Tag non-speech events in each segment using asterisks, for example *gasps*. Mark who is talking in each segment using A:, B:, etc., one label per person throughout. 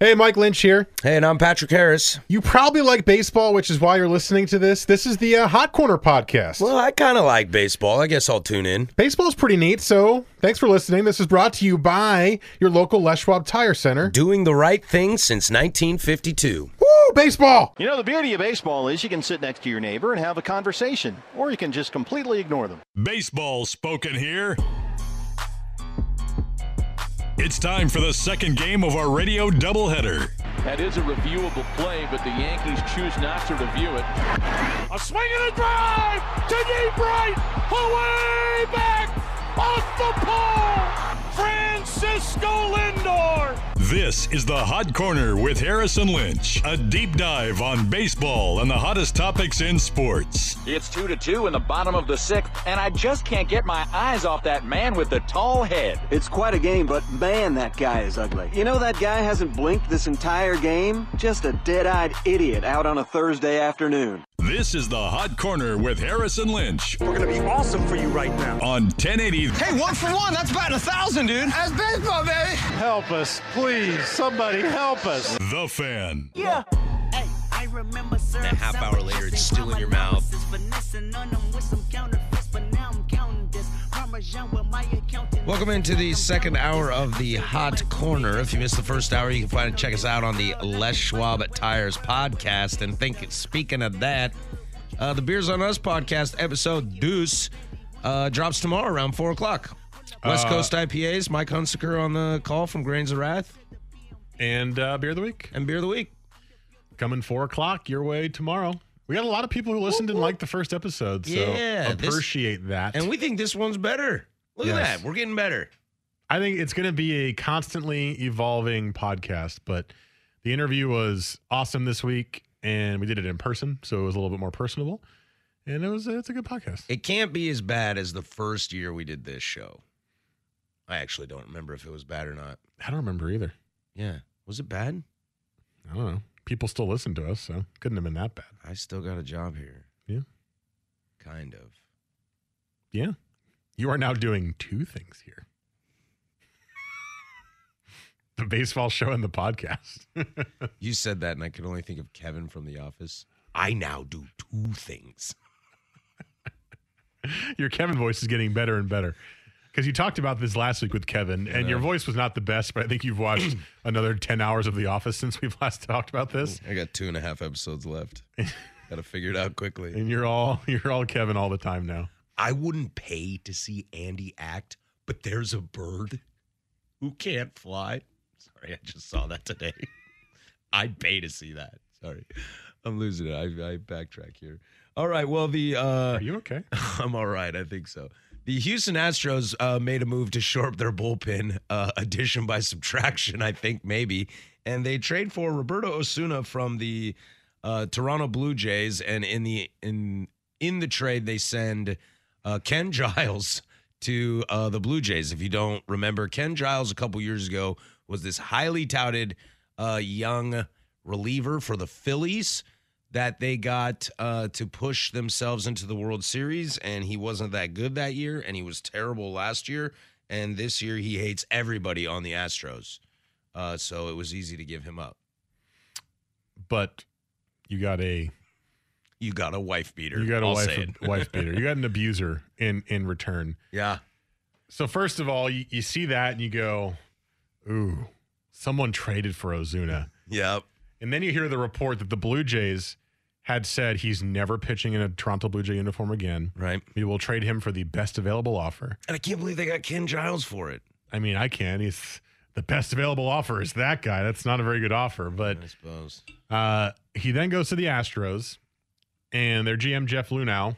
A: Hey, Mike Lynch here.
B: Hey, and I'm Patrick Harris.
A: You probably like baseball, which is why you're listening to this. This is the uh, Hot Corner podcast.
B: Well, I kind of like baseball. I guess I'll tune in.
A: Baseball's pretty neat, so thanks for listening. This is brought to you by your local Les Schwab Tire Center.
B: Doing the right thing since 1952.
A: Woo, baseball!
C: You know, the beauty of baseball is you can sit next to your neighbor and have a conversation, or you can just completely ignore them.
D: Baseball spoken here. It's time for the second game of our radio doubleheader.
E: That is a reviewable play, but the Yankees choose not to review it.
F: A swing and a drive to deep right, away back, off the pole, Francisco Lindor.
D: This is the Hot Corner with Harrison Lynch, a deep dive on baseball and the hottest topics in sports.
G: It's two to two in the bottom of the sixth, and I just can't get my eyes off that man with the tall head.
H: It's quite a game, but man, that guy is ugly. You know that guy hasn't blinked this entire game? Just a dead-eyed idiot out on a Thursday afternoon.
D: This is the Hot Corner with Harrison Lynch
I: We're gonna be awesome for you right now.
D: on 1080.
J: Hey, one for one. That's batting a thousand, dude. That's baseball, baby.
K: Help us, please. Somebody help us.
D: The Fan.
L: Yeah. Hey, I remember serving
B: a half hour later, it's still in your mouth. Welcome into the second hour of the Hot Corner. If you missed the first hour, you can find and check us out on the Les Schwab Tires podcast. And think, speaking of that, uh, the Beers on Us podcast episode Deuce uh, drops tomorrow around four o'clock. West Coast IPAs. Mike Hunsaker on the call from Grains of Wrath
A: And uh, Beer of the Week,
B: and Beer of the Week.
A: coming 4 o'clock your way tomorrow. We got a lot of people who listened and liked the first episode, so
B: Yeah, this-
A: appreciate that.
B: And we think this one's better. Look
A: Yes.
B: at that. We're getting better.
A: I think it's going to be a constantly evolving podcast, but the interview was awesome this week, and we did it in person, so it was a little bit more personable, and it was it's a good podcast.
B: It can't be as bad as the first year we did this show. I actually don't remember if it was bad or not.
A: I don't remember either.
B: Yeah. Was it bad?
A: I don't know. People still listen to us, so couldn't have been that bad.
B: I still got a job here.
A: Yeah.
B: Kind of.
A: Yeah, you are now doing two things here: *laughs* the baseball show and the podcast. *laughs*
B: You said that, and I could only think of Kevin from The Office. I now do two things.
A: your Kevin voice is getting better and better. Because you talked about this last week with Kevin, and your voice was not the best, but I think you've watched *clears throat* another 10 hours of The Office since we've last talked about this.
B: I got two and a half episodes left. got to figure it out quickly.
A: And you're all *laughs* you're all Kevin all the time now.
B: I wouldn't pay to see Andy act, but there's a bird who can't fly. Sorry, I just saw that today. *laughs* I'd pay to see that. Sorry. I'm losing it. I, I backtrack here. All right. Well, the uh,
A: Are you okay?
B: *laughs* I'm all right. I think so. The Houston Astros uh, made a move to shore up their bullpen, uh, addition by subtraction, I think maybe, and they trade for Roberto Osuna from the uh, Toronto Blue Jays, and in the in in the trade they send uh, Ken *laughs* Giles to uh, the Blue Jays. If you don't remember, Ken Giles a couple years ago was this highly touted uh, young reliever for the Phillies that they got uh, to push themselves into the World Series, and he wasn't that good that year, and he was terrible last year, and this year he hates everybody on the Astros. Uh, so it was easy to give him up.
A: But you got a
B: You got a wife beater.
A: you got a
B: I'll
A: wife
B: say it.
A: wife beater. You got an abuser in in return.
B: *laughs* Yeah.
A: So first of all, you, you see that and you go, "Ooh, someone traded for Ozuna."
B: Yep.
A: And then you hear the report that the Blue Jays had said he's never pitching in a Toronto Blue Jay uniform again.
B: Right.
A: We will trade him for the best available offer.
B: And I can't believe they got Ken Giles for it.
A: I mean, I can. He's the best available offer is that guy. That's not a very good offer. But
B: I suppose.
A: uh, he then goes to the Astros, and their GM Jeff Lunau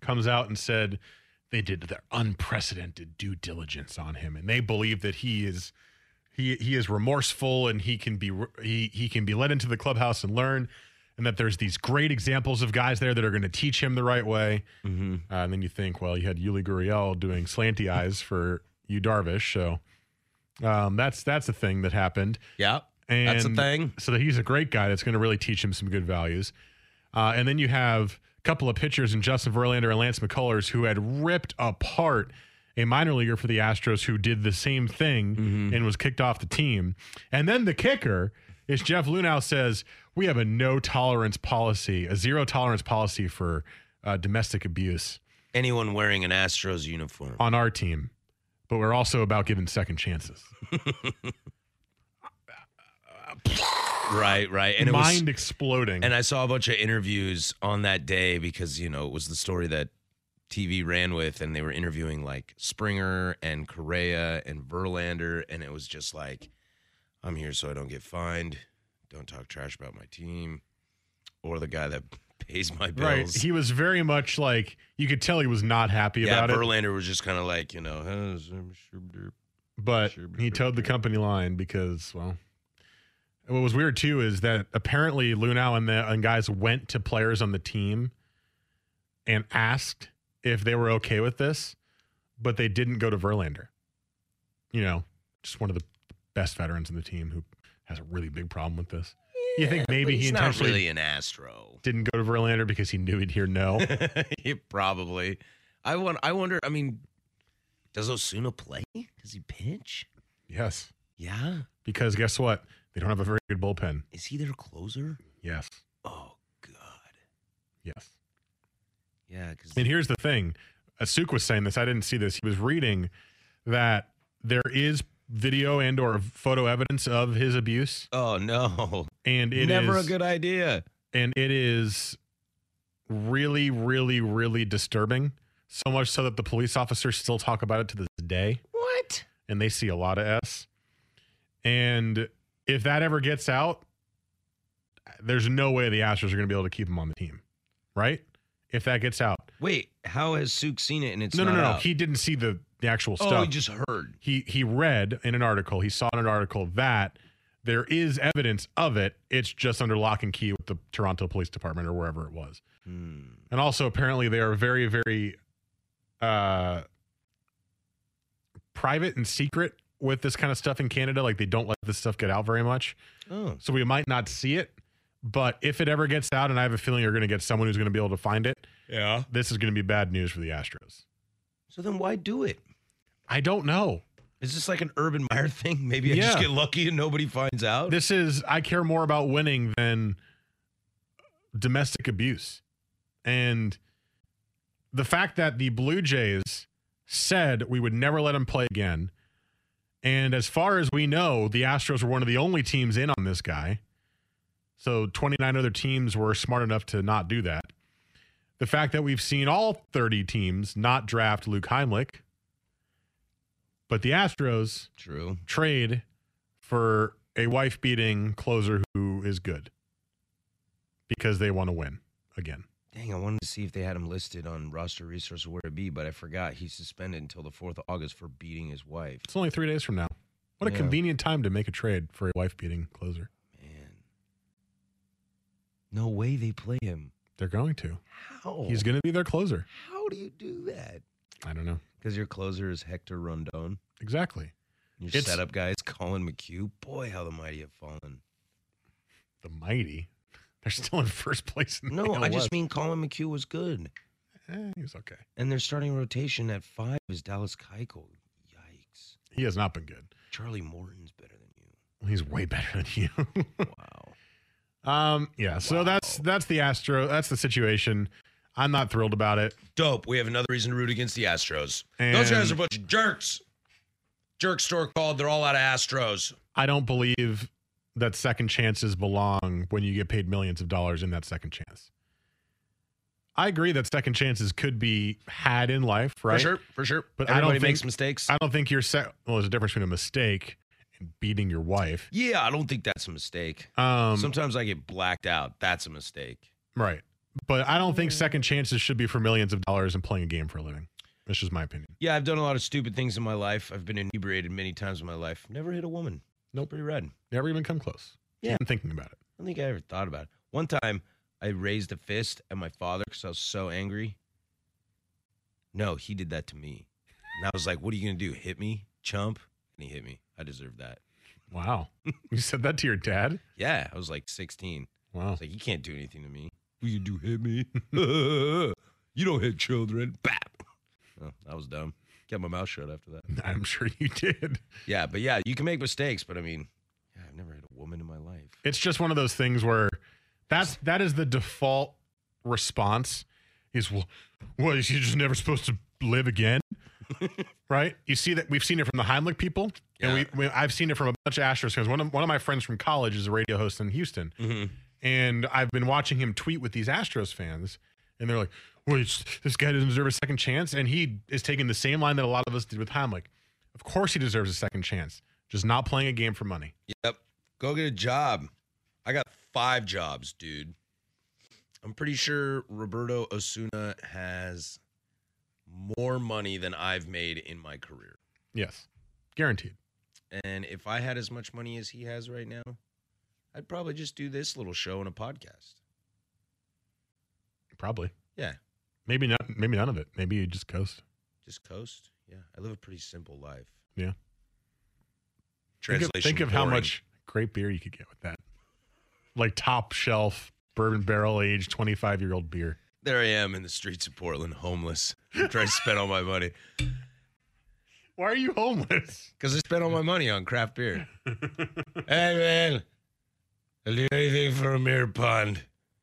A: comes out and said they did their unprecedented due diligence on him, and they believe that he is he he is remorseful and he can be re- he he can be led into the clubhouse and learn, and that there's these great examples of guys there that are going to teach him the right way. Uh, and then you think, well, you had Yuli Gurriel doing slanty eyes for you Darvish, so um, that's that's a thing that happened.
B: Yeah,
A: And
B: that's a thing.
A: So that he's a great guy that's going to really teach him some good values. Uh, and then you have a couple of pitchers in Justin Verlander and Lance McCullers who had ripped apart a minor leaguer for the Astros who did the same thing
B: Mm-hmm.
A: and was kicked off the team. And then the kicker is Jeff Lunau says we have a no tolerance policy, a zero tolerance policy for uh, domestic abuse
B: Anyone wearing an Astros uniform.
A: on our team, but we're also about giving second chances.
B: Right, right. And it
A: Mind
B: was,
A: exploding.
B: and I saw a bunch of interviews on that day because, you know, it was the story that TV ran with and they were interviewing like Springer and Correa and Verlander and it was just like I'm here so I don't get fined. Don't talk trash about my team or the guy that *laughs* pays my bills.
A: Right. He was very much like you could tell he was not happy
B: yeah,
A: about it,
B: Verlander was just kind of like, you know, huh, zoom, shoop, derp.
A: but he towed the company line because well, what was weird too is that apparently Lunau and the and guys went to players on the team and asked if they were okay with this, but they didn't go to Verlander. You know, just one of the best veterans in the team who has a really big problem with this. you think
B: but
A: maybe he
B: he's not
A: intentionally
B: really an Astro. *laughs*
A: didn't go to Verlander because he knew he'd hear no?
B: Yeah, probably. I want. I wonder. I mean, does Osuna play? Does he pitch?
A: yes.
B: Yeah.
A: Because guess what? They don't have a very good bullpen.
B: Is he their closer?
A: Yes.
B: Oh God.
A: Yes.
B: Yeah. Because
A: And here's the thing. Asuk was saying this. I didn't see this. He was reading that there is video and or photo evidence of his abuse.
B: oh no,
A: And it is
B: never a good idea.
A: and it is really, really, really disturbing. So much so that the police officers still talk about it to this day.
B: What?
A: and they see a lot of S. And if that ever gets out, there's no way the Astros are going to be able to keep him on the team, right? If that gets out,
B: Wait, how has Suk seen it? And it's
A: no, no,
B: not
A: no, no.
B: out?
A: He didn't see the the actual
B: oh,
A: stuff.
B: he just heard.
A: he he read in an article. He saw in an article that there is evidence of it. It's just under lock and key with the Toronto Police Department or wherever it was.
B: Hmm.
A: And also, apparently, they are very, very uh, private and secret with this kind of stuff in Canada. Like, they don't let this stuff get out very much.
B: Oh,
A: So we might not see it. But if it ever gets out, and I have a feeling you're going to get someone who's going to be able to find it,
B: yeah.
A: this is going to be bad news for the Astros.
B: So then why do it?
A: I don't know.
B: Is this like an Urban Meyer thing? Maybe I just
A: Yeah.
B: get lucky and nobody finds out.
A: This is, I care more about winning than domestic abuse. And the fact that the Blue Jays said we would never let him play again. And as far as we know, the Astros were one of the only teams in on this guy. So 29 other teams were smart enough to not do that. The fact that we've seen all 30 teams not draft Luke Heimlich, but the Astros
B: True.
A: trade for a wife beating closer who is good because they want to win again.
B: Dang, I wanted to see if they had him listed on roster resource or where to be, but I forgot he's suspended until the 4th of August for beating his wife.
A: It's only three days from now. What a
B: Yeah.
A: convenient time to make a trade for a wife beating closer.
B: Man. No way they play him.
A: They're going to.
B: How?
A: He's going to be their closer.
B: How do you do that?
A: I don't know.
B: Because your closer is Hector Rondon.
A: Exactly.
B: Your
A: It's-
B: setup guy is Colin McHugh. Boy, how the mighty have *laughs* fallen.
A: The mighty. *laughs* They're still in first place. In the
B: No, I
A: AL
B: just mean Colin McHugh was good.
A: West. Eh, he was okay.
B: And their starting rotation at five is Dallas Keuchel. Yikes.
A: He has not been good.
B: Charlie Morton's better than you.
A: He's way better than you. *laughs*
B: Wow.
A: um, yeah. So that's that's the Astro. That's the situation. I'm not thrilled about it.
B: Dope. We have another reason to root against the Astros. Those
A: And-
B: guys are a bunch of jerks. Jerk store called. They're all out of Astros.
A: I don't believe that second chances belong when you get paid millions of dollars in that second chance. I agree that second chances could be had in life, right?
B: For sure. For sure.
A: But I don't
B: everybody makes
A: think-
B: mistakes.
A: I don't think you're se- well. There's a difference between a mistake and beating your wife.
B: yeah, I don't think that's a mistake.
A: Um,
B: Sometimes I get blacked out. That's a mistake.
A: right. But I don't think second chances should be for millions of dollars and playing a game for a living. That's just my opinion.
B: Yeah, I've done a lot of stupid things in my life. I've been inebriated many times in my life. Never hit a woman.
A: Nope.
B: Pretty red.
A: Never even come close.
B: Yeah.
A: I'm thinking about it.
B: I don't think I ever thought about it. One time, I raised a fist at my father because I was so angry. No, he did that to me, and I was like, "What are you gonna do? Hit me, chump?" And he hit me. I deserved that.
A: Wow. *laughs* you said that to your dad?
B: Yeah, I was like 16.
A: Wow.
B: I was like, "You can't do anything to me. Will you do hit *laughs* me? you don't hit children." Bap. Oh, that was dumb. Kept my mouth shut after that.
A: I'm sure you did.
B: Yeah, but yeah, you can make mistakes, but I mean, yeah, I've never hit a woman in my life.
A: It's just one of those things where that's that is the default response is well, well you're just never supposed to live again, right? You see that we've seen it from the Heimlich people, and we, we I've seen it from a bunch of Astros fans. One of one of my friends from college is a radio host in Houston, and I've been watching him tweet with these Astros fans, and they're like, "Well, it's, this guy doesn't deserve a second chance," and he is taking the same line that a lot of us did with Heimlich. Of course, he deserves a second chance. Just not playing a game for money.
B: Yep. Go get a job. I got five jobs, dude. I'm pretty sure Roberto Osuna has more money than I've made in my career.
A: Yes, guaranteed.
B: And if I had as much money as he has right now, I'd probably just do this little show and a podcast.
A: Probably.
B: Yeah.
A: Maybe not. Maybe none of it. Maybe you just coast.
B: Just coast. Yeah. I live a pretty simple life.
A: Yeah. Think of-
B: Translation.
A: Think of, how
B: boring.
A: much great beer you could get with that. Like top shelf bourbon barrel aged 25 year old beer.
B: There I am in the streets of Portland, homeless, after I spent all my money.
A: Why are you homeless? *laughs*
B: Because I spent all my money on craft beer. hey, man. I'll do anything for a mirror pond.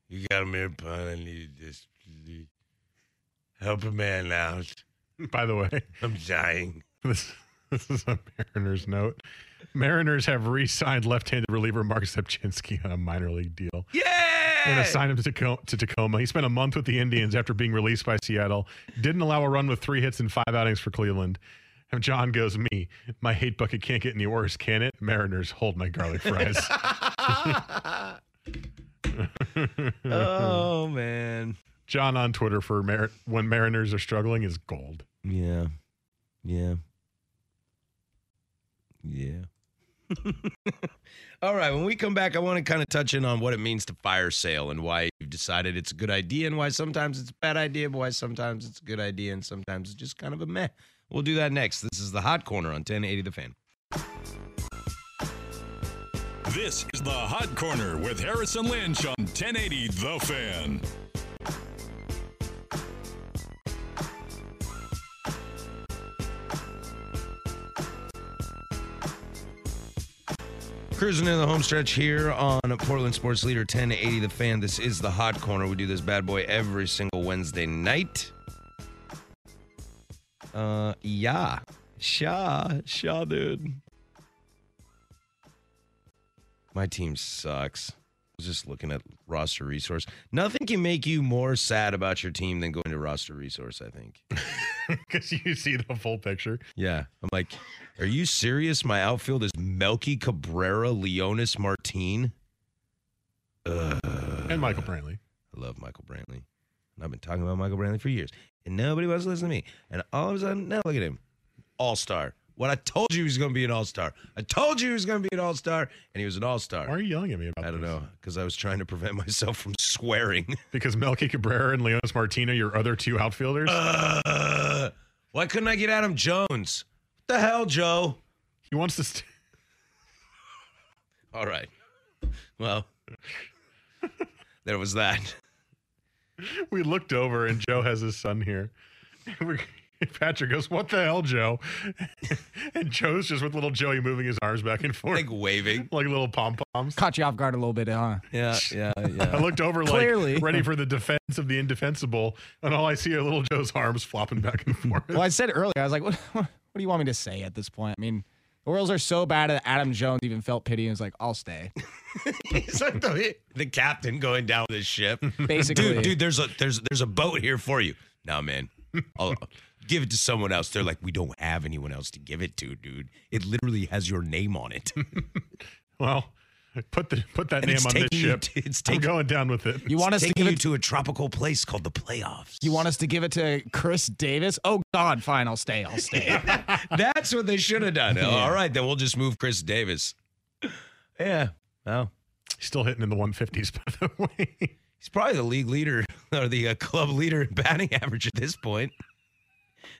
B: You got a mirror pond. I need this. Help a man out.
A: By the way, *laughs*
B: I'm dying.
A: this, this is a Mariners note. Mariners have re signed left handed reliever Mark Zepchinski on a minor league deal.
B: Yeah.
A: And assigned him to Tacoma, to Tacoma. He spent a month with the Indians after being released by Seattle. Didn't allow a run with three hits and five outings for Cleveland. And John goes, Me, my hate bucket can't get any worse, can it? Mariners, hold my garlic fries.
B: *laughs* *laughs* oh, man.
A: John on Twitter for Mar- when Mariners are struggling is gold.
B: Yeah. Yeah. Yeah. *laughs* All right. When we come back, I want to kind of touch in on what it means to fire sale and why you've decided it's a good idea and why sometimes it's a bad idea, but why sometimes it's a good idea and sometimes it's just kind of a meh. We'll do that next. This is the Hot Corner on 1080 The Fan.
D: This is the Hot Corner with Harrison Lynch on 1080 The Fan.
B: Cruising in the home stretch here on Portland Sports Leader 1080 The Fan. This is the Hot Corner. We do this bad boy every single Wednesday night. Uh, yeah. Shaw. Shaw, dude. My team sucks. I was just looking at roster resource. Nothing can make you more sad about your team than going to roster resource, I think.
A: *laughs* Because you see the full picture.
B: Yeah. I'm like, are you serious? My outfield is Melky Cabrera, Leonis Martin. Ugh.
A: And Michael Brantley.
B: I love Michael Brantley. And I've been talking about Michael Brantley for years. And nobody wants to listen to me. And all of a sudden, now look at him. All star. What I told you he was going to be an all star. I told you he was going to be an all star. And he was an all star.
A: Why are you yelling at me about
B: I don't know. Because I was trying to prevent *laughs* myself from swearing.
A: Because Melky Cabrera and Leonis Martino, your other two outfielders,
B: Ugh. Uh, why couldn't I get Adam Jones? What the hell, Joe?
A: he wants to. St-
B: All right. Well, there was that.
A: we looked over and Joe has his son here. And we- Patrick goes, What the hell, Joe? and Joe's just with little Joey moving his arms back and forth
B: Like waving.
A: *laughs* like little pom poms.
M: Caught you off guard a little bit, huh?
B: Yeah, yeah,
A: I looked over like
M: Clearly.
A: ready for the defense of the indefensible, and all I see are little Joe's arms flopping back and forth.
M: Well, I said earlier, I was like, what, what, do you want me to say at this point? I mean, the Orioles are so bad that Adam Jones even felt pity and was like,
J: *laughs*
M: I'll stay.
B: He's like the, the captain going down with his ship.
M: *laughs* Basically.
B: dude, dude, there's a there's there's a boat here for you. Nah, man, *laughs* I'll give it to someone else. They're like, we don't
A: *laughs*
B: have anyone else to give it to, dude. It literally has your name on it.
A: Well, Put the put that *laughs*
B: And
A: name
B: it's
A: on this
B: taking you
A: ship.
B: to- it's
A: I'm
B: taking-
A: going down with it.
M: You want us to
B: taking
M: give
B: you
M: it-
B: to a tropical place called the playoffs.
M: You want us to give it to Chris Davis? Oh God, fine, I'll stay. I'll stay.
B: *laughs* That's what they should have done.
M: *laughs* Yeah.
B: All right, then we'll just move Chris Davis. Yeah. Well,
A: still hitting in the 150s, by the way.
B: He's probably the league leader *laughs* or the uh, club leader in batting average at this point.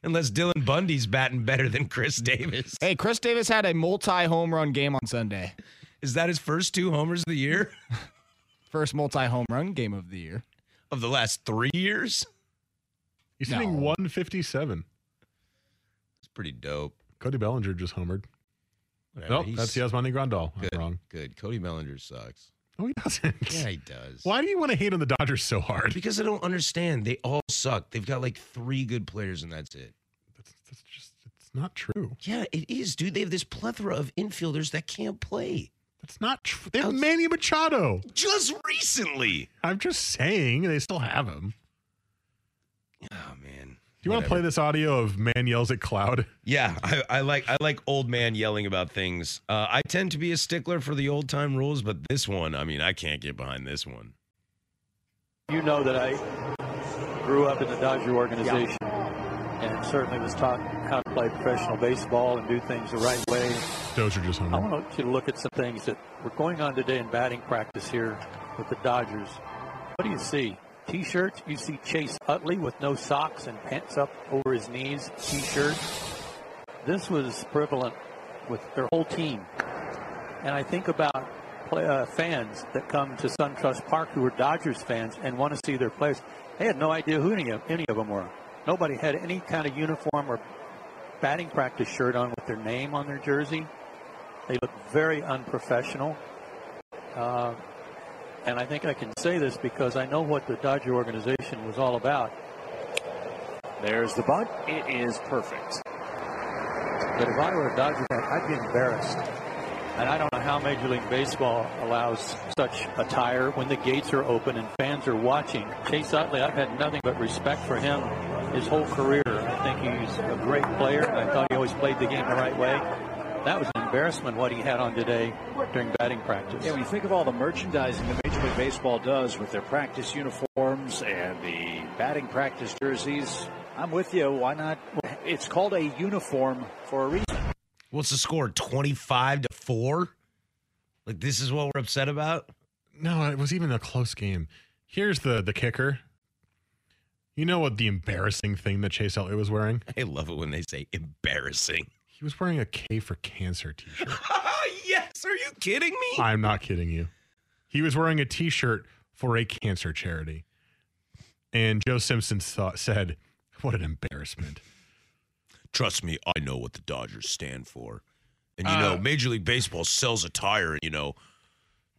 B: Unless Dylan Bundy's batting better than Chris Davis.
M: hey, Chris Davis had a multi-home run game on Sunday.
B: Is that his first two homers of the year? *laughs*
M: First multi-home run game of the year.
B: Of the last three years?
A: He's
M: No.
A: hitting 157.
B: It's pretty dope.
A: Cody Bellinger just homered.
B: Whatever,
A: Nope,
B: he's-
A: that's Yasmani Grandal.
B: Good.
A: I'm wrong.
B: Good. Cody
A: *laughs*
B: Bellinger sucks.
A: No, he doesn't.
B: Yeah, he does.
A: Why do you want to hate on the Dodgers so hard?
B: Because I don't understand. They all suck. They've got like three good players, and that's it.
A: That's just it's not true.
B: Yeah, it is, dude. They have this plethora of infielders that can't play.
A: That's not true. They have Manny Machado.
B: Just recently.
A: I'm just saying they still have him.
B: Oh man.
A: Do you want to play this audio of man yells at cloud?
B: Yeah, I, I like I like old man yelling about things. Uh, I tend to be a stickler for the old time rules, but this one, I mean, I can't get behind this one.
N: You know that I grew up in the Dodger organization and certainly was taught how to play professional baseball and do things the right way.
A: Dozer just
N: I
A: homered.
N: want you to look at some things that were going on today in batting practice here with the Dodgers. What do you see? T-shirts. You see Chase Utley with no socks and pants up over his knees. T-shirt. This was prevalent with their whole team, and I think about play, uh, fans that come to SunTrust Park who are Dodgers fans and want to see their players. They had no idea who any of, any of them were. Nobody had any kind of uniform or batting practice shirt on with their name on their jersey. They look very unprofessional. Uh, and I think I can say this because I know what the Dodger organization was all about. There's the bunt. It is perfect. But if I were a Dodger fan, I'd be embarrassed. And I don't know how Major League Baseball allows such attire when the gates are open and fans are watching. Chase Utley, I've had nothing but respect for him his whole career. I think he's a great player. and I thought he always played the game the right way. That was an embarrassment what he had on today during batting practice.
O: Yeah, when you think of all the merchandising that Major League Baseball does with their practice uniforms and the batting practice jerseys, I'm with you. Why not? It's called a uniform for a reason.
B: What's the score? Twenty-five to four. Like this is what we're upset about.
A: No, it was even a close game. Here's the the kicker. You know what the embarrassing thing that Chase Elliott was wearing?
B: I love it when they say embarrassing.
A: He was wearing a K for cancer t-shirt.
B: Ah, yes, are you kidding me?
A: I'm not kidding you. He was wearing a t-shirt for a cancer charity. And Joe Simpson thought, said, "What an embarrassment."
B: Trust me, I know what the Dodgers stand for. And you know,
A: Uh,
B: Major League Baseball sells attire, and you know,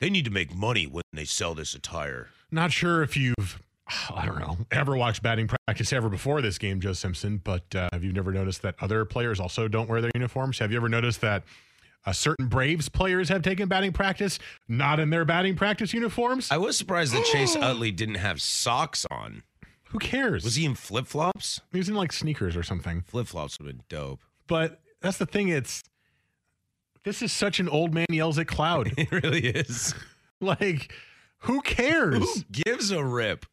B: they need to make money when they sell this attire.
A: Not sure if you've, *sighs* I don't know, ever watched batting practice ever before this game, Joe Simpson, but uh, have you never noticed that other players also don't wear their uniforms? Have you ever noticed that uh, certain Braves players have taken batting practice not in their batting practice uniforms?
B: I was surprised that *gasps* Chase Utley didn't have socks on.
A: Who cares?
B: Was he in flip flops?
A: He was in like sneakers or something.
B: Flip flops would have been dope. *laughs*
A: But that's the thing. It's, this is such an old man yells at
B: *laughs*
A: cloud. *laughs*
B: It really is.
A: like, who cares?
B: Who gives a rip?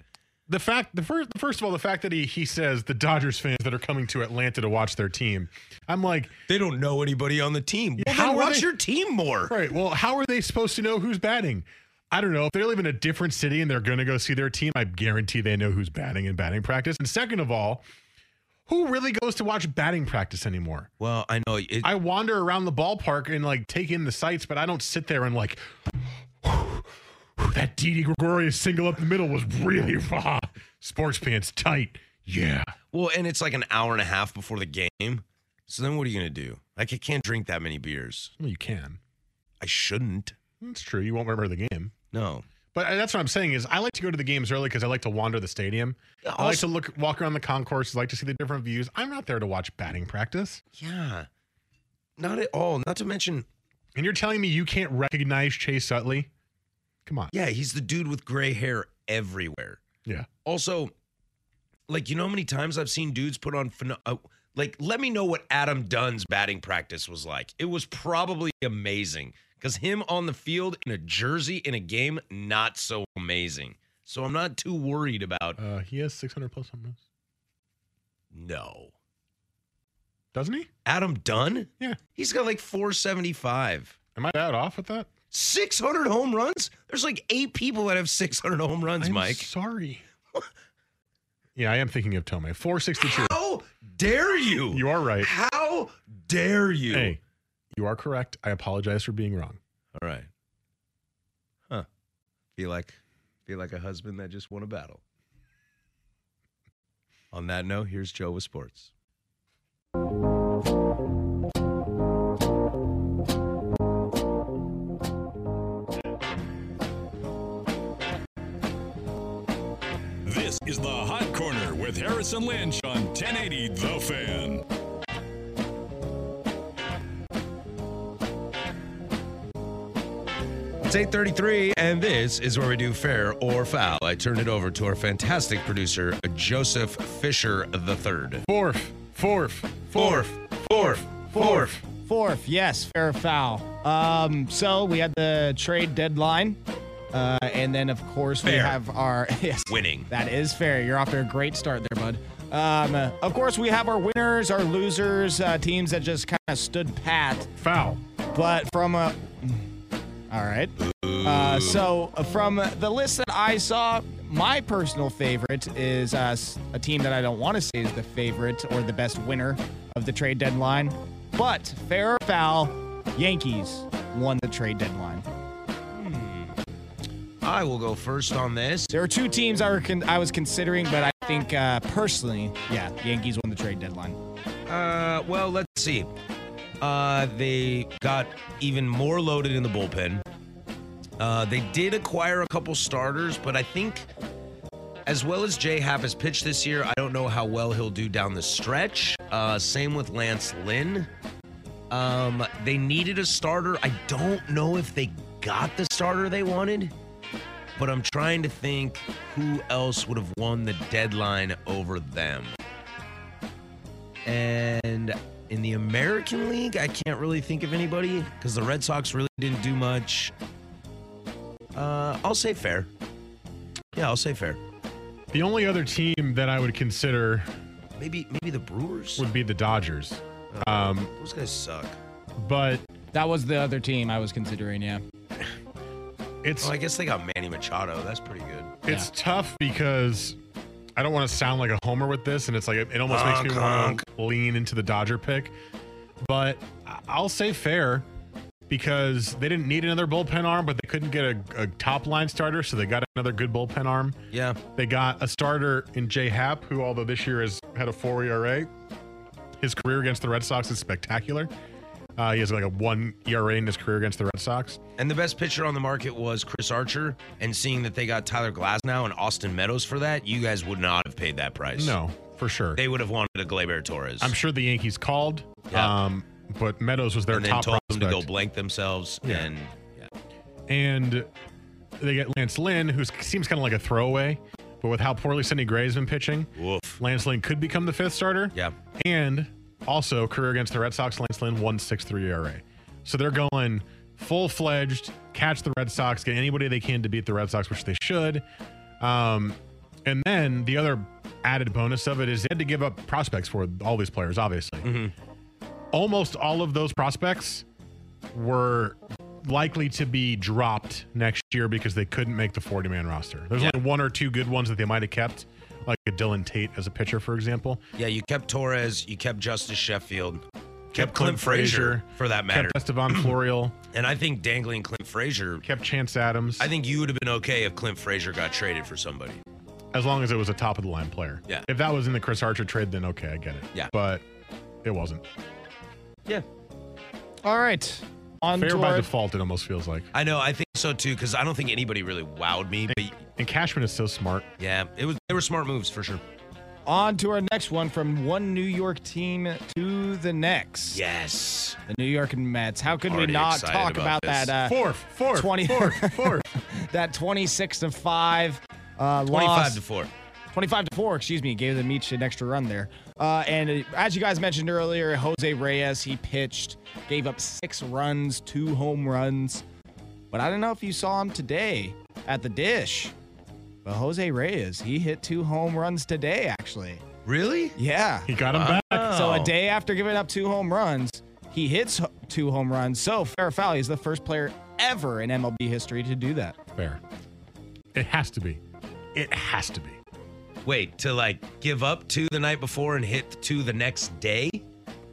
A: the fact the first first of all the fact that he he says the Dodgers fans that are coming to Atlanta to watch their team. I'm like,
B: They don't know anybody on the team. Well,
A: How
B: then
A: are
B: watch
A: they-
B: your team more.
A: right, well, how are they supposed to know who's batting? I don't know. If they live in a different city and they're going to go see their team, I guarantee they know who's batting in batting practice. And second of all, who really goes to watch batting practice anymore?
B: Well, I know it,
A: I wander around the ballpark and like take in the sights, but I don't sit there and like *sighs* that Didi Gregorius single up the middle was really raw. Sports pants tight. Yeah.
B: Well, and it's like an hour and a half before the game. So then what are you going to do? Like, I can't drink that many beers.
A: Well, you can.
B: I shouldn't.
A: That's true. You won't remember the game.
B: No.
A: But uh, that's what I'm saying is I like to go to the games early because I like to wander the stadium. I like to
B: Also-
A: look walk around the concourse, I like to see the different views. I'm not there to watch batting practice.
B: Yeah. Not at all. Not to mention,
A: And you're telling me you can't recognize Chase Utley? Come on.
B: yeah, he's the dude with gray hair everywhere.
A: Yeah.
B: Also, like, you know how many times I've seen dudes put on, pheno- uh, like, let me know what Adam Dunn's batting practice was like. It was probably amazing Because him on the field in a jersey in a game, not so amazing. So I'm not too worried about.
A: Uh, he has 600 plus home runs.
B: No.
A: Doesn't he?
B: Adam Dunn?
A: Yeah.
B: He's got like 475.
A: Am I out off with that?
B: 600 home runs? There's like eight people that have 600 home runs,
A: I'm
B: Mike.
A: Sorry. yeah, I am thinking of Tome. 462.
B: How dare you?
A: You are right.
B: How dare you?
A: Hey, you are correct. I apologize for being wrong.
B: All right. Huh. Feel like feel like a husband that just won a battle. On that note, here's Joe with sports.
D: This is the Hot Corner with Harrison Lynch on 1080 The Fan.
B: It's 8:33, and this is where we do fair or foul. I turn it over to our fantastic producer, Joseph Fisher the Third.
A: Fourth, fourth,
B: fourth, fourth, fourth.
M: Fourth, yes, fair or foul. Um, so we had the trade deadline. Uh, and then, of course, we
B: Fair.
M: have our. *laughs* Yes.
B: Winning.
M: That is fair. You're off to a great start there, bud. Um, uh, of course, we have our winners, our losers, uh, teams that just kind of stood pat.
A: Foul.
M: But from a. All right. Uh, so, uh, from the list that I saw, my personal favorite is uh, s- a team that I don't want to say is the favorite or the best winner of the trade deadline. But, fair or foul, Yankees won the trade deadline.
B: I will go first on this.
M: There were two teams I, were con- I was considering, but I think uh, personally, yeah, Yankees won the trade deadline.
B: Uh, well, let's see. Uh, they got even more loaded in the bullpen. Uh, they did acquire a couple starters, but I think as well as Jay Happ has pitched this year, I don't know how well he'll do down the stretch. Uh, same with Lance Lynn. Um, they needed a starter. I don't know if they got the starter they wanted, but I'm trying to think who else would have won the deadline over them. And in the American League, I can't really think of anybody because the Red Sox really didn't do much. Uh, I'll say fair. Yeah, I'll say fair.
A: The only other team that I would consider
B: Maybe maybe the Brewers.
A: would be the Dodgers. Um,
B: Those guys suck.
A: but
M: That was the other team I was considering, yeah.
A: it's
B: Oh, I guess they got Manny Machado. That's pretty good.
A: it's tough because I don't want to sound like a homer with this, and it's like it, it almost
B: Honk,
A: makes me want
B: honk.
A: to lean into the Dodger pick. But I- I'll say fair because they didn't need another bullpen arm, but they couldn't get a, a top line starter, so they got another good bullpen arm.
B: Yeah.
A: They got a starter in Jay Happ, who, although this year has had a four ERA, his career against the Red Sox is spectacular. Uh, he has like a one ERA in his career against the Red Sox.
B: And the best pitcher on the market was Chris Archer. And seeing that they got Tyler Glasnow and Austin Meadows for that, you guys would not have paid that price.
A: No, for sure.
B: They would have wanted a Gleyber Torres.
A: I'm sure the Yankees called,
B: Yeah.
A: um, but Meadows was their
B: and then
A: top
B: told
A: prospect.
B: them to go blank themselves.
A: Yeah.
B: And
A: and they get Lance Lynn, who seems kind of like a throwaway, but with how poorly Sidney Gray's been pitching,
B: woof.
A: Lance Lynn could become the fifth starter.
B: Yeah.
A: And also, career against the Red Sox, Lance Lynn, 163 ERA. E So they're going full fledged, catch the Red Sox, get anybody they can to beat the Red Sox, which they should. Um, and then the other added bonus of it is they had to give up prospects for all these players, obviously. Almost all of those prospects were likely to be dropped next year because they couldn't make the 40 man roster. There's only one or two good ones that they might have kept, like a Dylan Tate as a pitcher, for example.
B: Yeah, you kept Torres, you kept Justice Sheffield,
A: Clint
B: kept, Clint Frazier,
A: Frazier,
B: for that matter.
A: Kept Esteban
B: *clears throat*
A: Florial,
B: and I think dangling Clint Frazier,
A: kept Chance Adams,
B: I think you would have been okay if Clint Frazier got traded for somebody.
A: as long as it was a top of the line player.
B: Yeah.
A: If that was in the Chris Archer trade, then okay, I get it.
B: Yeah.
A: But it wasn't.
B: Yeah.
M: All right. On
A: Fair
M: to
A: by
M: our-
A: default, it almost feels like.
B: I know, I think so too, because I don't think anybody really wowed me, but
A: And Cashman is so smart.
B: yeah, it was they were smart moves for sure.
M: On to our next one from one New York team to the next.
B: Yes.
M: The New York Mets. How could we
B: Already
M: not
B: excited
M: talk
B: about
M: about,
B: this.
M: that uh,
A: Fourth, fourth,
M: 20
A: fourth, fourth.
M: that 26 to 5 uh,
B: Twenty five
M: loss
B: to four.
M: 25 25 to 4, excuse me, gave them each an extra run there. Uh, and uh, as you guys mentioned earlier, Jose Reyes, he pitched, gave up six runs, two home runs. But I don't know if you saw him today at the dish. But Jose Reyes, he hit two home runs today, actually.
B: Really?
M: Yeah.
A: He got him
B: Uh-huh.
A: back.
M: So a
B: Oh.
M: day after giving up two home runs, he hits h- two home runs. So Farafalli is the first player ever in MLB history to do that.
A: Fair. It has to be. It has to be.
B: Wait, to like give up two the night before and hit two the next day?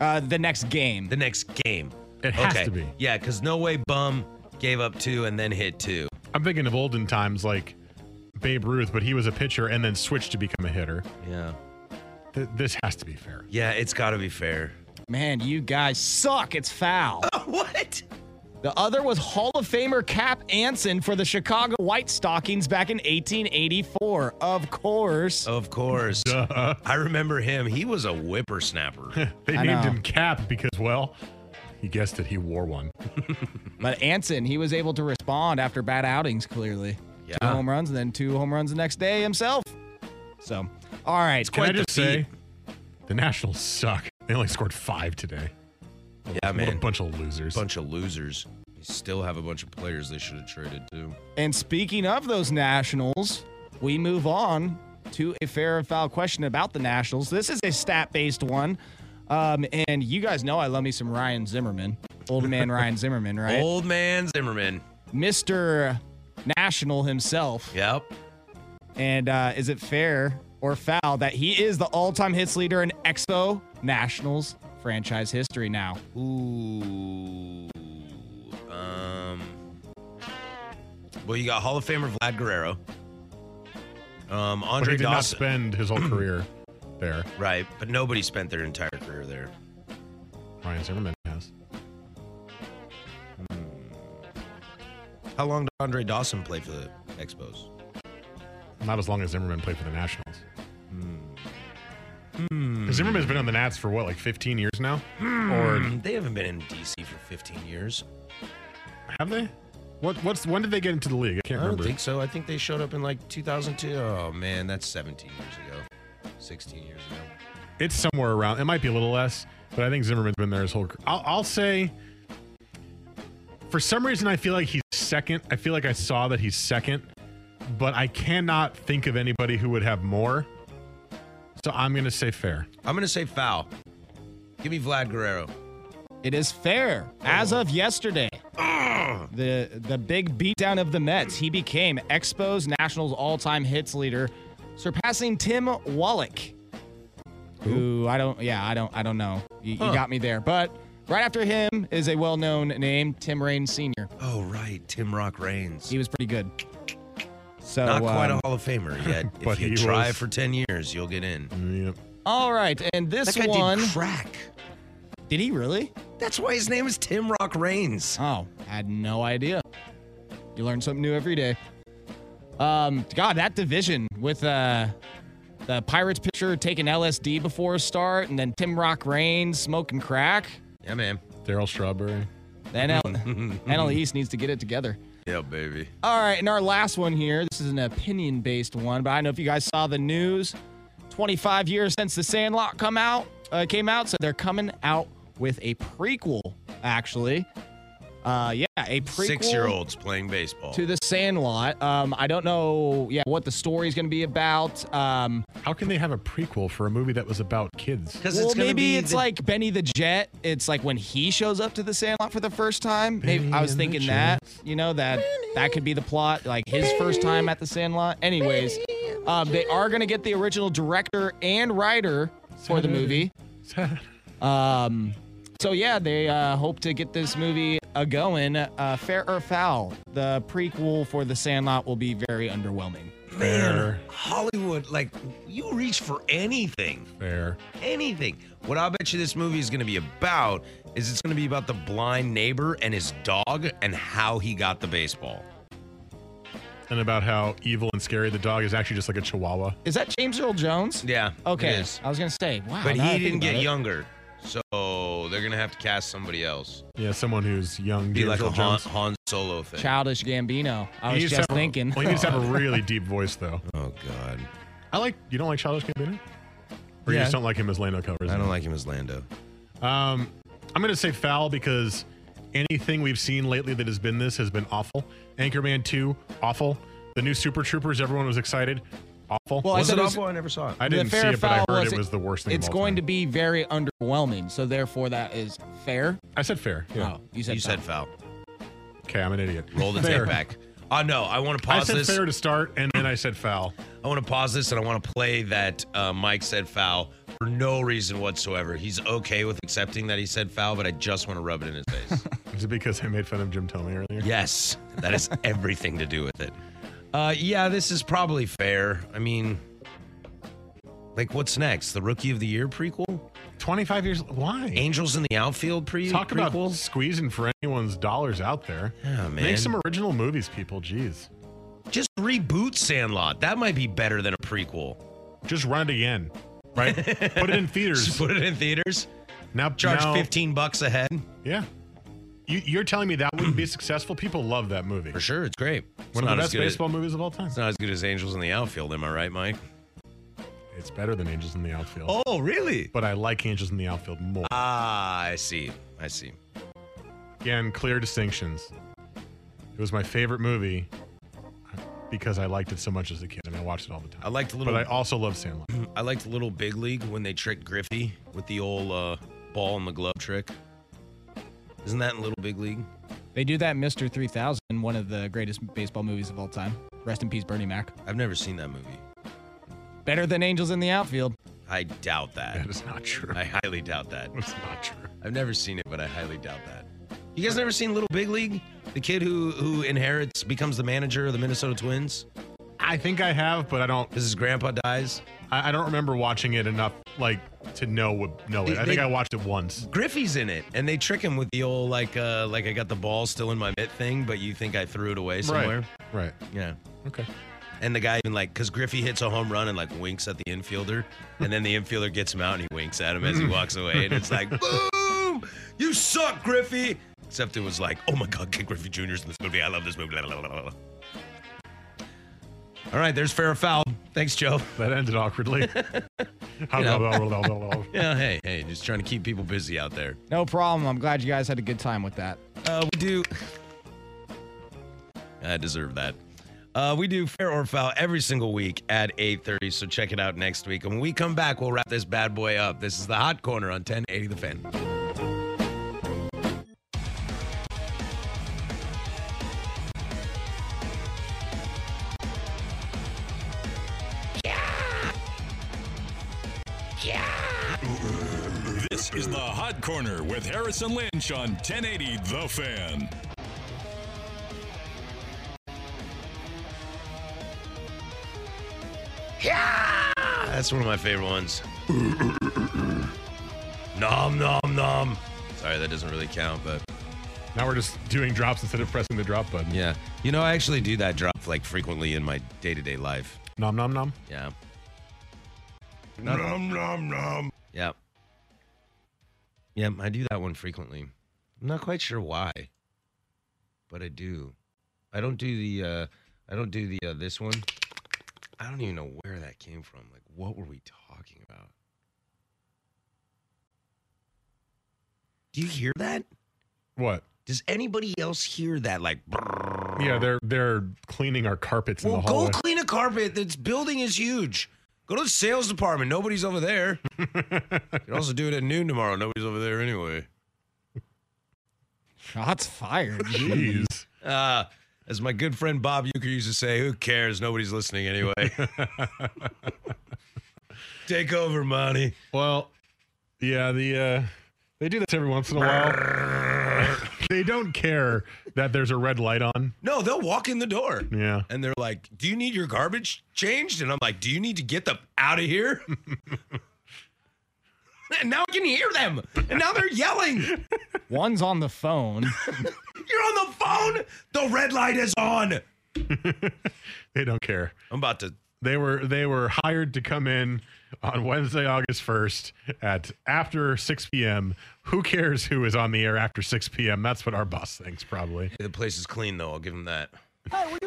M: Uh, the next game.
B: The next game.
A: It has to be.
B: Yeah, because no way bum gave up two and then hit two.
A: I'm thinking of olden times like Babe Ruth, but he was a pitcher and then switched to become a hitter.
B: Yeah.
A: Th- this has to be fair.
B: Yeah, it's got to be fair.
M: Man, you guys suck. It's foul.
B: what?
M: The other was Hall of Famer Cap Anson for the Chicago White Stockings back in 1884. Of course.
B: Of course. I remember him. He was
A: *laughs*
B: a whippersnapper.
A: They
M: I
A: named
M: know.
A: him Cap because, well, he guessed that he wore one.
M: But Anson, he was able to respond after bad outings, clearly.
B: Yeah.
M: Two home runs and then two home runs the next day himself. So, all right.
A: Can I just say, the Nationals suck. They only scored five today. What
B: yeah,
A: a-
B: man.
A: What a bunch of losers.
B: bunch of losers. They still have a bunch of players they should have traded too.
M: And speaking of those Nationals, we move on to a fair and foul question about the Nationals. This is a stat based one. Um, and you guys know I love me some Ryan Zimmerman, old man Ryan Zimmerman, right?
B: Old man Zimmerman.
M: Mr. National himself.
B: Yep.
M: And uh, is it fair or foul that he is the all time hits leader in Expo Nationals franchise history now?
B: Ooh. Um. Well, you got Hall of Famer Vlad Guerrero. Um,
A: But
B: Andre
A: he did not
B: Dawson.
A: spend
B: *clears throat*
A: his whole career there.
B: Right, but nobody spent their entire career there.
A: Ryan Zimmerman has.
B: How long did Andre Dawson play for the Expos?
A: Not as long as Zimmerman played for the Nationals.
B: Hmm.
A: Because Zimmerman's been on the Nats for what, like 15 years now? Or
B: Hmm, They haven't been in DC for 15 years.
A: have they? What? What's when did they get into the league? I
B: I
A: can't
B: don't
A: remember.
B: think so. I think they showed up in like 2002. Oh man, that's 17 years ago, 16 years ago.
A: It's somewhere around. It might be a little less, but I think Zimmerman's been there his whole. career. I'll, I'll say. For some reason, I feel like he's second. I feel like I saw that he's second, but I cannot think of anybody who would have more. So I'm gonna say fair.
B: I'm gonna say foul. Give me Vlad Guerrero.
M: It is fair. As of yesterday, the the big beatdown of the Mets, he became Expos Nationals all-time hits leader, surpassing Tim Wallach. Who I don't yeah, I don't I don't know. You,
B: Huh.
M: you got me there. But right after him is a well-known name, Tim Raines Sr.
B: Oh right, Tim Rock Reigns.
M: He was pretty good. So
B: Not quite
M: um,
B: a Hall of
M: *laughs*
B: Famer yet.
A: But
B: if you
A: he
B: try
A: was-
B: for 10 years, you'll get in.
A: Yep.
M: All right, and Mm. this
B: that guy
M: one
B: did crack.
M: did he really?
B: That's why his name is Tim Rock Reigns.
M: Oh, had no idea. You learn something new every day. Um, God, that division with uh, the Pirates pitcher taking LSD before a start, and then Tim Rock Reigns smoking crack.
B: Yeah, man.
A: Daryl Strawberry.
M: Then L- NL East needs to get it together.
B: Yeah, baby.
M: All right, and our last one here. This is an opinion-based one, but I don't know if you guys saw the news. 25 years since The Sandlot come out, uh, came out, so they're coming out with a prequel. Actually, uh, yeah, a prequel.
B: Six-year-olds playing baseball.
M: to the Sandlot. Um, I don't know, yeah, what the story's going to be about. Um,
A: How can they have a prequel for a movie that was about kids?
B: Because
M: well,
B: it's gonna
M: maybe
B: be
M: it's
B: the-
M: like Benny the Jet. It's like when he shows up to the Sandlot for the first time. Maybe I was
A: Benny the
M: thinking that, you know, that that could be the plot, like his first time at the Sandlot. Anyways, um, they are going to get the original director and writer for the movie. Um, so yeah, they uh, hope to get this movie a going. Uh, fair or foul, the prequel for the Sandlot will be very underwhelming.
B: Man,
A: Fair.
B: Hollywood, like, you reach for anything.
A: *laughs* Fair.
B: anything. What I'll bet you this movie is going to be about is it's going to be about the blind neighbor and his dog and how he got the baseball.
A: And about how evil and scary the dog is actually just like a chihuahua.
M: Is that James Earl Jones?
B: Yeah.
M: Okay,
B: it is.
M: I was gonna say, wow.
B: But
M: now that I
B: he
M: think
B: didn't
M: about
B: get
M: it.
B: younger. So they're going to have to cast somebody else.
A: Yeah, someone who's young.
B: Be
A: James
B: like
A: Earl
B: a Han,
A: Jones.
B: Han Solo thing.
M: Childish Gambino. I
A: He
M: was
A: needs to
M: just
A: have a-
M: *laughs* thinking.
A: well, he needs to have a really deep voice, though.
B: Oh, God.
A: I like. You don't like Childish Gambino, or you
B: Yeah.
A: just don't like him as Lando Calrissian.
B: I don't like him as Lando.
A: Um, I'm going to say foul because anything we've seen lately that has been this has been awful. Anchorman 2, awful. The new Super Troopers, everyone was excited. Awful.
M: Well, Oh, I Was said it it was-
B: awful? I never saw it.
A: I
M: The
A: didn't see
M: fair
A: it, but I
M: foul
A: heard it was the worst thing.
M: It's
A: of all
M: going
A: time.
M: to be very underwhelming, so therefore that is fair.
A: I said fair. Yeah.
M: Oh, you said
B: You
M: foul.
B: said foul.
A: Okay, I'm an idiot.
B: Roll the
M: *laughs*
A: Fair.
B: tape back. Uh, no, I want to
A: I
B: pause
A: said
B: this.
A: fair to start, and then I said foul.
B: I want to pause this and I want to play that uh, Mike said foul for no reason whatsoever. He's okay with accepting that he said foul, but I just want to rub it in his
A: *laughs*
B: face.
A: Is it because I made fun of Jim Tomey earlier?
B: yes, that has everything to do with it. Uh, yeah, this is probably fair. I mean, like, what's next? The Rookie of the Year prequel?
A: 25 years. Why?
B: Angels in the Outfield pre-
A: Talk
B: prequel?
A: about squeezing for anyone's dollars out there.
B: Yeah, man.
A: Make some original movies, people. Jeez.
B: Just reboot Sandlot. That might be better than a prequel. *laughs*
A: Just run it again, right? Put it in
B: Just
A: theaters.
B: put it in theaters.
A: Now
B: Charge
A: now-
B: 15 bucks a head.
A: Yeah. You, you're telling me that wouldn't be successful? People love that movie.
B: For sure, it's great. It's
A: One of
B: not
A: the
B: as
A: best
B: good as-
A: baseball movies of all time.
B: It's not as good as Angels in the Outfield, am I right, Mike?
A: It's better than Angels in the Outfield.
B: Oh, really?
A: But I like Angels in the Outfield more.
B: Ah, I see. I see.
A: Again, clear distinctions. It was my favorite movie because I liked it so much as a kid. I mean, I watched it all the time.
B: I liked little.
A: But I also love
B: *laughs*
A: Sandlot.
B: I liked Little Big League when they tricked Griffey with the old uh, ball in the glove trick. Isn't that in Little Big League?
M: They do that in Mr. 3000, one of the greatest baseball movies of all time. Rest in peace, Bernie Mac.
B: I've never seen that movie.
M: Better than Angels in the Outfield.
B: I doubt that.
A: That is not true.
B: I highly doubt that.
A: It's not true.
B: I've never seen it, but I highly doubt that. You guys never seen Little Big League? The kid who who inherits becomes the manager of the Minnesota Twins.
A: I think I have, but I don't.
B: Because his grandpa dies.
A: I, I don't remember watching it enough, like to know what know it.
B: They-
A: I think
B: they-
A: I watched it once.
B: Griffey's in it, and they trick him with the old like uh like I got the ball still in my mitt thing, but you think I threw it away somewhere.
A: Right.
B: Yeah.
A: Okay.
B: And the guy even like, because Griffey hits a home run and like winks at the infielder, and then the infielder gets him out and he winks at him as he walks away, and it's like, boom, you suck, Griffey. Except it was like, oh my God, Ken Griffey Jr.'s in this movie. I love this movie. Blah, blah, blah, blah, blah. All right, there's fair or foul. Thanks, Joe.
A: That ended
B: *laughs*
A: awkwardly. *laughs*
B: Yeah, hey, hey, just trying to keep people busy out there.
M: No problem. I'm glad you guys had a good time with that.
B: Uh, we do. *laughs* I deserve that. Uh, we do fair or foul every single week at 8.30, so check it out next week. And when we come back, we'll wrap this bad boy up. This is The Hot Corner on 1080 The Fan.
D: This is the Hot Corner with Harrison Lynch on 1080 The Fan.
B: Ah, That's one of my favorite ones. *laughs* nom, nom, nom. Sorry, that doesn't really count, but
A: Now we're just doing drops instead of pressing the drop button.
B: yeah. You know, I actually do that drop like frequently in my day-to-day life.
A: Nom nom nom.
B: Yeah. Nom, nom, nom. Yeah. Yeah, I do that one frequently. I'm not quite sure why, but I do. I don't do the uh I don't do the uh, this one. I don't even know where that came from. Like what were we talking about? Do you hear that?
A: What?
B: Does anybody else hear that like brrrr?
A: Yeah, they're they're cleaning our carpets
B: Well,
A: in the
B: go
A: hallway.
B: clean a carpet. This building is huge. Go to the sales department. Nobody's over there. *laughs* you can also do it at noon tomorrow. Nobody's over there anyway.
M: Shots fired.
A: Jeez.
B: Uh, as my good friend Bob Euchre used to say, who cares? Nobody's listening anyway. *laughs* Take over, Monty.
A: Well, yeah, the uh they do this every once in a
B: *laughs*
A: while. they don't care that there's a red light on.
B: No, they'll walk in the door.
A: Yeah.
B: And they're like, Do you need your garbage changed? And I'm like, Do you need to get the out of here? *laughs* and now I can hear them. And now they're yelling.
M: One's on the phone. *laughs*
B: You're on the phone. The red light is on.
A: They don't care.
B: I'm about to.
A: They were they were hired to come in on Wednesday, August first at after six p.m. Who cares who is on the air after six p.m.? That's what our boss thinks probably.
B: The place is clean though. I'll give him that.
A: *laughs* no,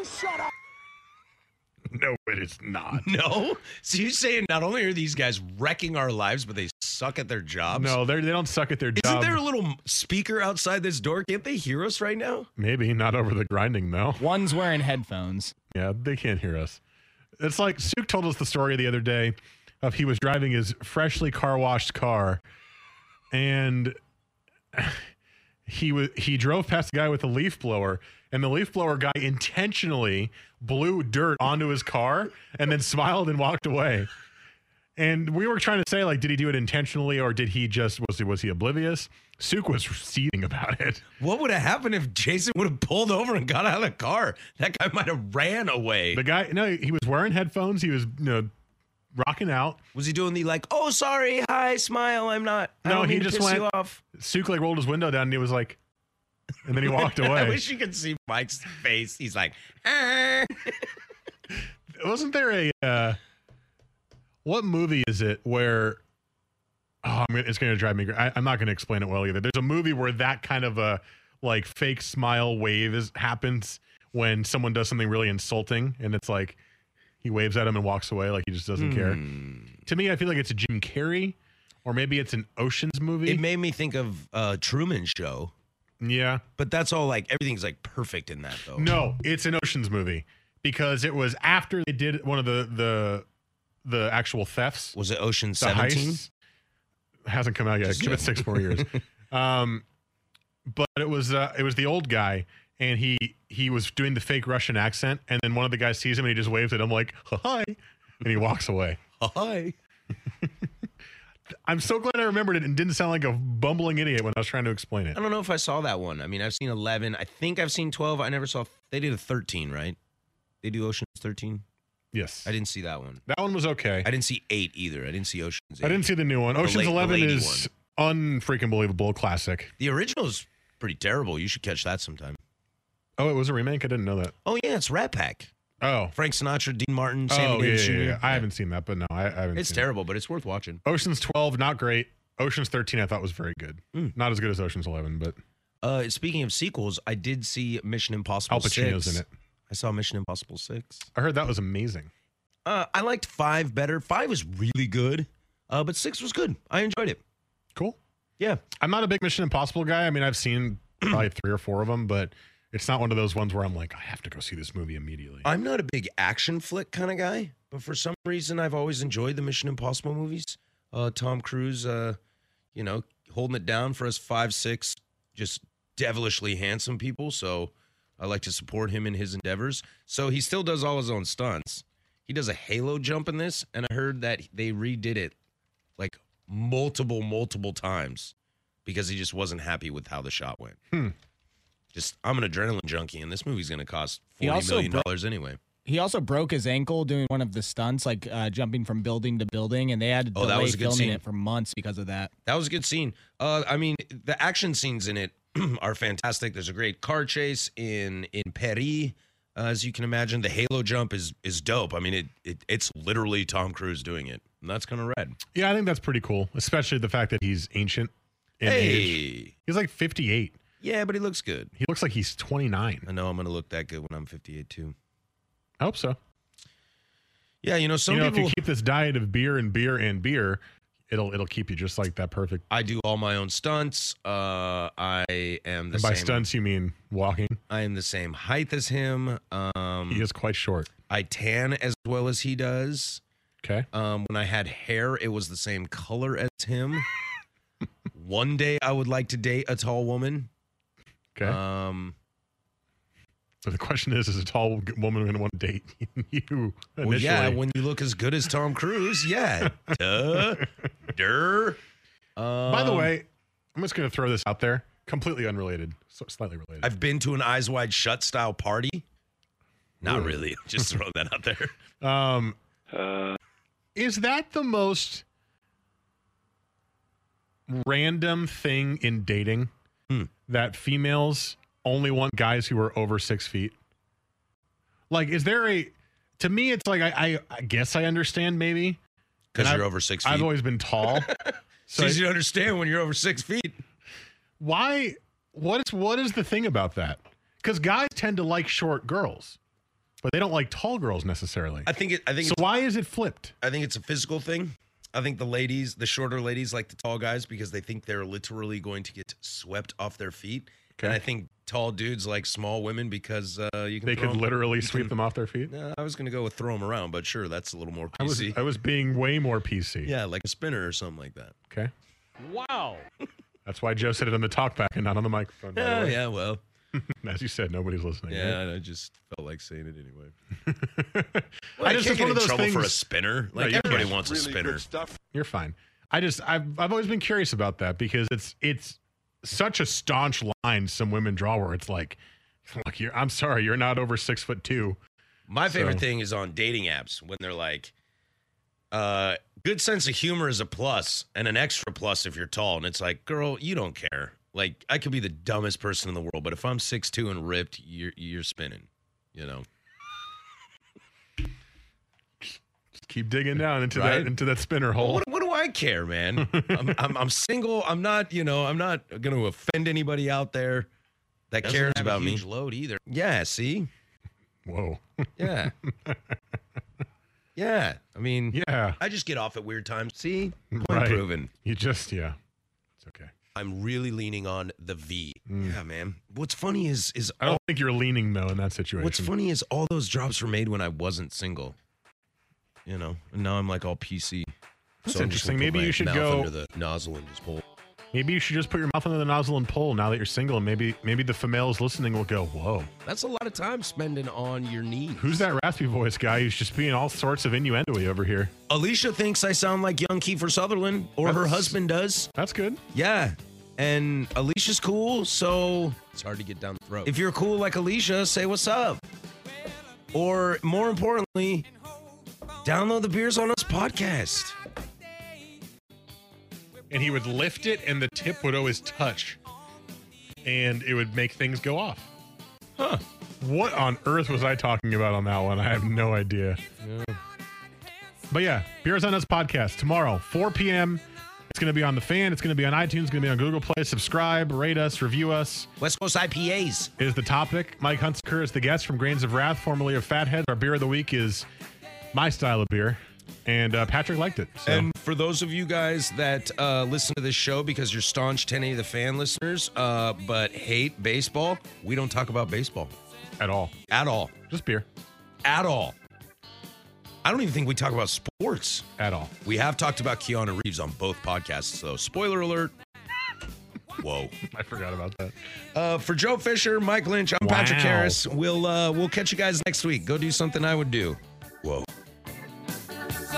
A: it is not.
B: No? So you're saying not only are these guys wrecking our lives, but they suck at their jobs?
A: No, they they don't suck at their
B: Isn't
A: job.
B: there a little speaker outside this door? Can't they hear us right now?
A: Maybe not over the grinding though.
M: One's wearing headphones.
A: Yeah, they can't hear us. It's like Suk told us the story the other day of he was driving his freshly car washed car and he was he drove past a guy with a leaf blower and the leaf blower guy intentionally blew dirt onto his car and then smiled and walked away. And we were trying to say like did he do it intentionally or did he just was he was he oblivious? Suk was seething about it.
B: What would have happened if Jason would have pulled over and got out of the car? That guy might have ran away.
A: The guy, no, he was wearing headphones. He was, you know, rocking out.
B: Was he doing the like, oh sorry, hi, smile, I'm not. I
A: No,
B: don't
A: he
B: mean to
A: just
B: piss
A: went
B: you *laughs* off.
A: Suk like rolled his window down and he was like, and then he *laughs* walked away.
B: I wish you could see Mike's face. He's like, "Ah."
A: Wasn't there a uh, what movie is it where? Oh, I'm gonna, it's going to drive me. gra- I, I'm not going to explain it well either. There's a movie where that kind of a like fake smile wave is happens when someone does something really insulting, and it's like he waves at him and walks away like he just doesn't care.
B: Hmm.
A: To me, I feel like it's a Jim Carrey, or maybe it's an Ocean's movie.
B: it made me think of uh, Truman Show.
A: yeah.
B: But that's all like everything's like perfect in that though.
A: No, it's an Ocean's movie because it was after they did one of the the the actual thefts.
B: Was it Ocean
A: The heist.
B: 17?
A: Hasn't come out yet.
B: Just
A: Give it
B: kidding.
A: six more years. um, but it was uh, it was the old guy, and he he was doing the fake Russian accent, and then one of the guys sees him and he just waves at him like hi, and he walks away.
B: *laughs* Hi.
A: I'm so glad I remembered it and didn't sound like a bumbling idiot when I was trying to explain it.
B: I don't know if I saw that one. I mean, I've seen 11. I think I've seen 12. I never saw. They did a 13, right? They do Ocean's 13.
A: Yes,
B: I didn't see that one.
A: that one was okay.
B: I didn't see 8 either. I didn't see Ocean's 8.
A: I didn't see the new one.
B: The
A: Ocean's
B: late- the
A: Eleven
B: lady
A: is unfreaking believable classic.
B: The original's pretty terrible. You should catch that sometime.
A: Oh, it was a remake. I didn't know that.
B: Oh, yeah, it's Rat Pack.
A: Oh,
B: Frank Sinatra, Dean Martin, Sammy
A: oh yeah,
B: Davis
A: yeah,
B: Jr.
A: yeah. I haven't seen that, but no, I, I haven't.
B: It's
A: seen it.
B: terrible, but it's worth watching.
A: Ocean's Twelve, not great. Ocean's Thirteen, I thought was very good. Not as good as Ocean's Eleven, but
B: Uh, speaking of sequels, I did see Mission Impossible
A: Al Pacino's
B: 6.
A: in it.
B: I saw Mission Impossible 6.
A: I heard that was amazing.
B: Uh, I liked 5 better. 5 was really good, uh, but 6 was good. I enjoyed it.
A: Cool.
B: Yeah.
A: I'm not a big Mission Impossible guy. I mean, I've seen *clears throat* probably three or four of them, but it's not one of those ones where I'm like, I have to go see this movie immediately.
B: I'm not a big action flick kind of guy, but for some reason, I've always enjoyed the Mission Impossible movies. Uh, Tom Cruise, uh, you know, holding it down for us five, six, just devilishly handsome people. So I like to support him in his endeavors. So he still does all his own stunts. He does a halo jump in this, and I heard that they redid it like multiple, multiple times because he just wasn't happy with how the shot went.
A: Hmm.
B: Just, I'm an adrenaline junkie, and this movie's going to cost
M: He
B: forty
M: also
B: million
M: bro-
B: dollars anyway.
M: He also broke his ankle doing one of the stunts, like uh, jumping from building to building, and they had to
B: Oh, that
M: delay
B: was a good
M: filming
B: scene.
M: it for months because of that.
B: That was a good scene. Uh, I mean, the action scenes in it *clears throat* are fantastic. There's a great car chase in in Paris. Uh, as you can imagine, the Halo jump is is dope. I mean, it, it it's literally Tom Cruise doing it, and that's kind of rad.
A: Yeah, I think that's pretty cool, especially the fact that he's ancient. in
B: hey,
A: age. he's like 58.
B: yeah, but he looks good.
A: He looks like he's 29.
B: I know I'm gonna look that good when I'm 58 too.
A: I hope so.
B: Yeah, you know, some
A: you know,
B: people.
A: if you keep this diet of beer and beer and beer, it'll it'll keep you just like that perfect.
B: I do all my own stunts. Uh, I am the
A: And by
B: same.
A: stunts, you mean walking.
B: I am the same height as him. Um,
A: He is quite short.
B: I tan as well as he does.
A: Okay.
B: Um, when I had hair, it was the same color as
A: *laughs*
B: him. One day, I would like to date a tall woman.
A: Okay.
B: Um,
A: So the question is, is a tall g- woman going to want to date *laughs* you initially?
B: well, yeah, when you look as good as Tom Cruise,
A: *laughs*
B: yeah, duh, Um, der.
A: By the way, I'm just going to throw this out there, completely unrelated, so slightly related.
B: I've been to an Eyes Wide Shut style party. Not
A: Ooh.
B: really. *laughs* Just throw that
A: *laughs*
B: out there.
A: Um,
B: Uh.
A: is that the most random thing in dating
B: Hmm.
A: that females only want guys who are over six feet? Like, is there a? To me, it's like I, I, I guess I understand maybe And
B: Because
A: I've-
B: you're over six feet.
A: I've always been
B: *laughs*
A: tall.
B: it's easy to understand when you're over six feet.
A: why what is what is the thing about that because guys tend to like short girls but they don't like tall girls necessarily.
B: I think it. I think.
A: So why is it flipped?
B: I think it's a physical thing. I think the ladies, the shorter ladies, like the tall guys because they think they're literally going to get swept off their feet. And I think tall dudes like small women because uh, you can.
A: They
B: throw
A: could
B: 'em-
A: literally
B: you
A: sweep
B: can-
A: them off their feet.
B: No, I was gonna go with throw them around, but sure, that's a little more PC.
A: I was I was being way more PC.
B: yeah, like a spinner or something like that.
A: Okay.
F: Wow.
A: That's why Joe said it on the talkback and not on the microphone. by the
B: Yeah,
A: way.
B: yeah, well,
A: As you said, nobody's listening.
B: yeah.
A: right?
B: I just felt like saying it anyway.
A: *laughs* I just- it's
B: can't get
A: one of
B: in
A: those
B: trouble for a
A: things-
B: spinner.
A: No,
B: Like
A: you're
B: everybody
A: fine.
B: wants a spinner.
A: You're fine. I just I've I've always been curious about that because it's it's such a staunch line some women draw where it's like, look, you're I'm sorry, you're not over six foot two.
B: My favorite
A: So-
B: thing is on dating apps when they're like, uh, good sense of humor is a plus and an extra plus if you're tall. And it's like, girl, you don't care. Like, I could be the dumbest person in the world, but if I'm 6'2 and ripped, you're, you're spinning, you know?
A: Just keep digging down into
B: Right?
A: that into that spinner hole.
B: What, what do I care, man? I'm, I'm, I'm single. I'm not, you know, I'm not going to offend anybody out there that
A: Doesn't
B: cares
A: have a
B: about me.
A: huge
B: load either. Yeah, see?
A: Whoa. *laughs*
B: Yeah. yeah. I mean,
A: yeah.
B: I just get off at weird times. See? Point
A: Right.
B: proven.
A: You just yeah. It's okay.
B: I'm really leaning on the V.
A: Mm.
B: Yeah, man. What's funny is is
A: I don't think you're leaning though in that situation.
B: what's funny is all those drops were made when I wasn't single. You know, and now I'm like all PC.
A: That's
B: I'm just gonna
A: interesting.
B: put
A: Maybe
B: my
A: you should
B: mouth
A: go-
B: under the nozzle and just pull.
A: Maybe you should just put your mouth under the nozzle and pull now that you're single and maybe maybe the females listening will go, Whoa.
B: That's a lot of time spending on your knees.
A: Who's that raspy voice guy who's just being all sorts of innuendo over here?
B: Alicia thinks I sound like young Kiefer Sutherland, or her
A: That's-
B: husband does.
A: That's good.
B: Yeah, and Alicia's cool, so it's hard to get down the throat. If you're cool like Alicia, say what's up. Or more importantly, download the Beers on Us podcast.
A: and he would lift it and the tip would always touch and it would make things go off huh what on earth was i talking about on that one i have no idea but yeah beers on us podcast tomorrow 4 p.m it's going to be on the fan it's going to be on itunes it's going to be on google play subscribe rate us review us
B: west coast ipas
A: is the topic mike hunsaker is the guest from grains of wrath formerly of fathead our beer of the week is my style of beer and uh, patrick liked it so
B: And for those of you guys that uh, listen to this show because you're staunch 1080 the fan listeners, uh, but hate baseball, we don't talk about baseball
A: at all.
B: At all.
A: Just beer.
B: At all. I don't even think we talk about sports
A: at all.
B: We have talked about Keanu Reeves on both podcasts, though. Spoiler alert. Whoa.
A: i forgot about that
B: Uh, for Joe Fisher, Mike Lynch, I'm Patrick
A: Wow.
B: Harris. We'll uh, we'll catch you guys next week. Go do something I would do. Whoa.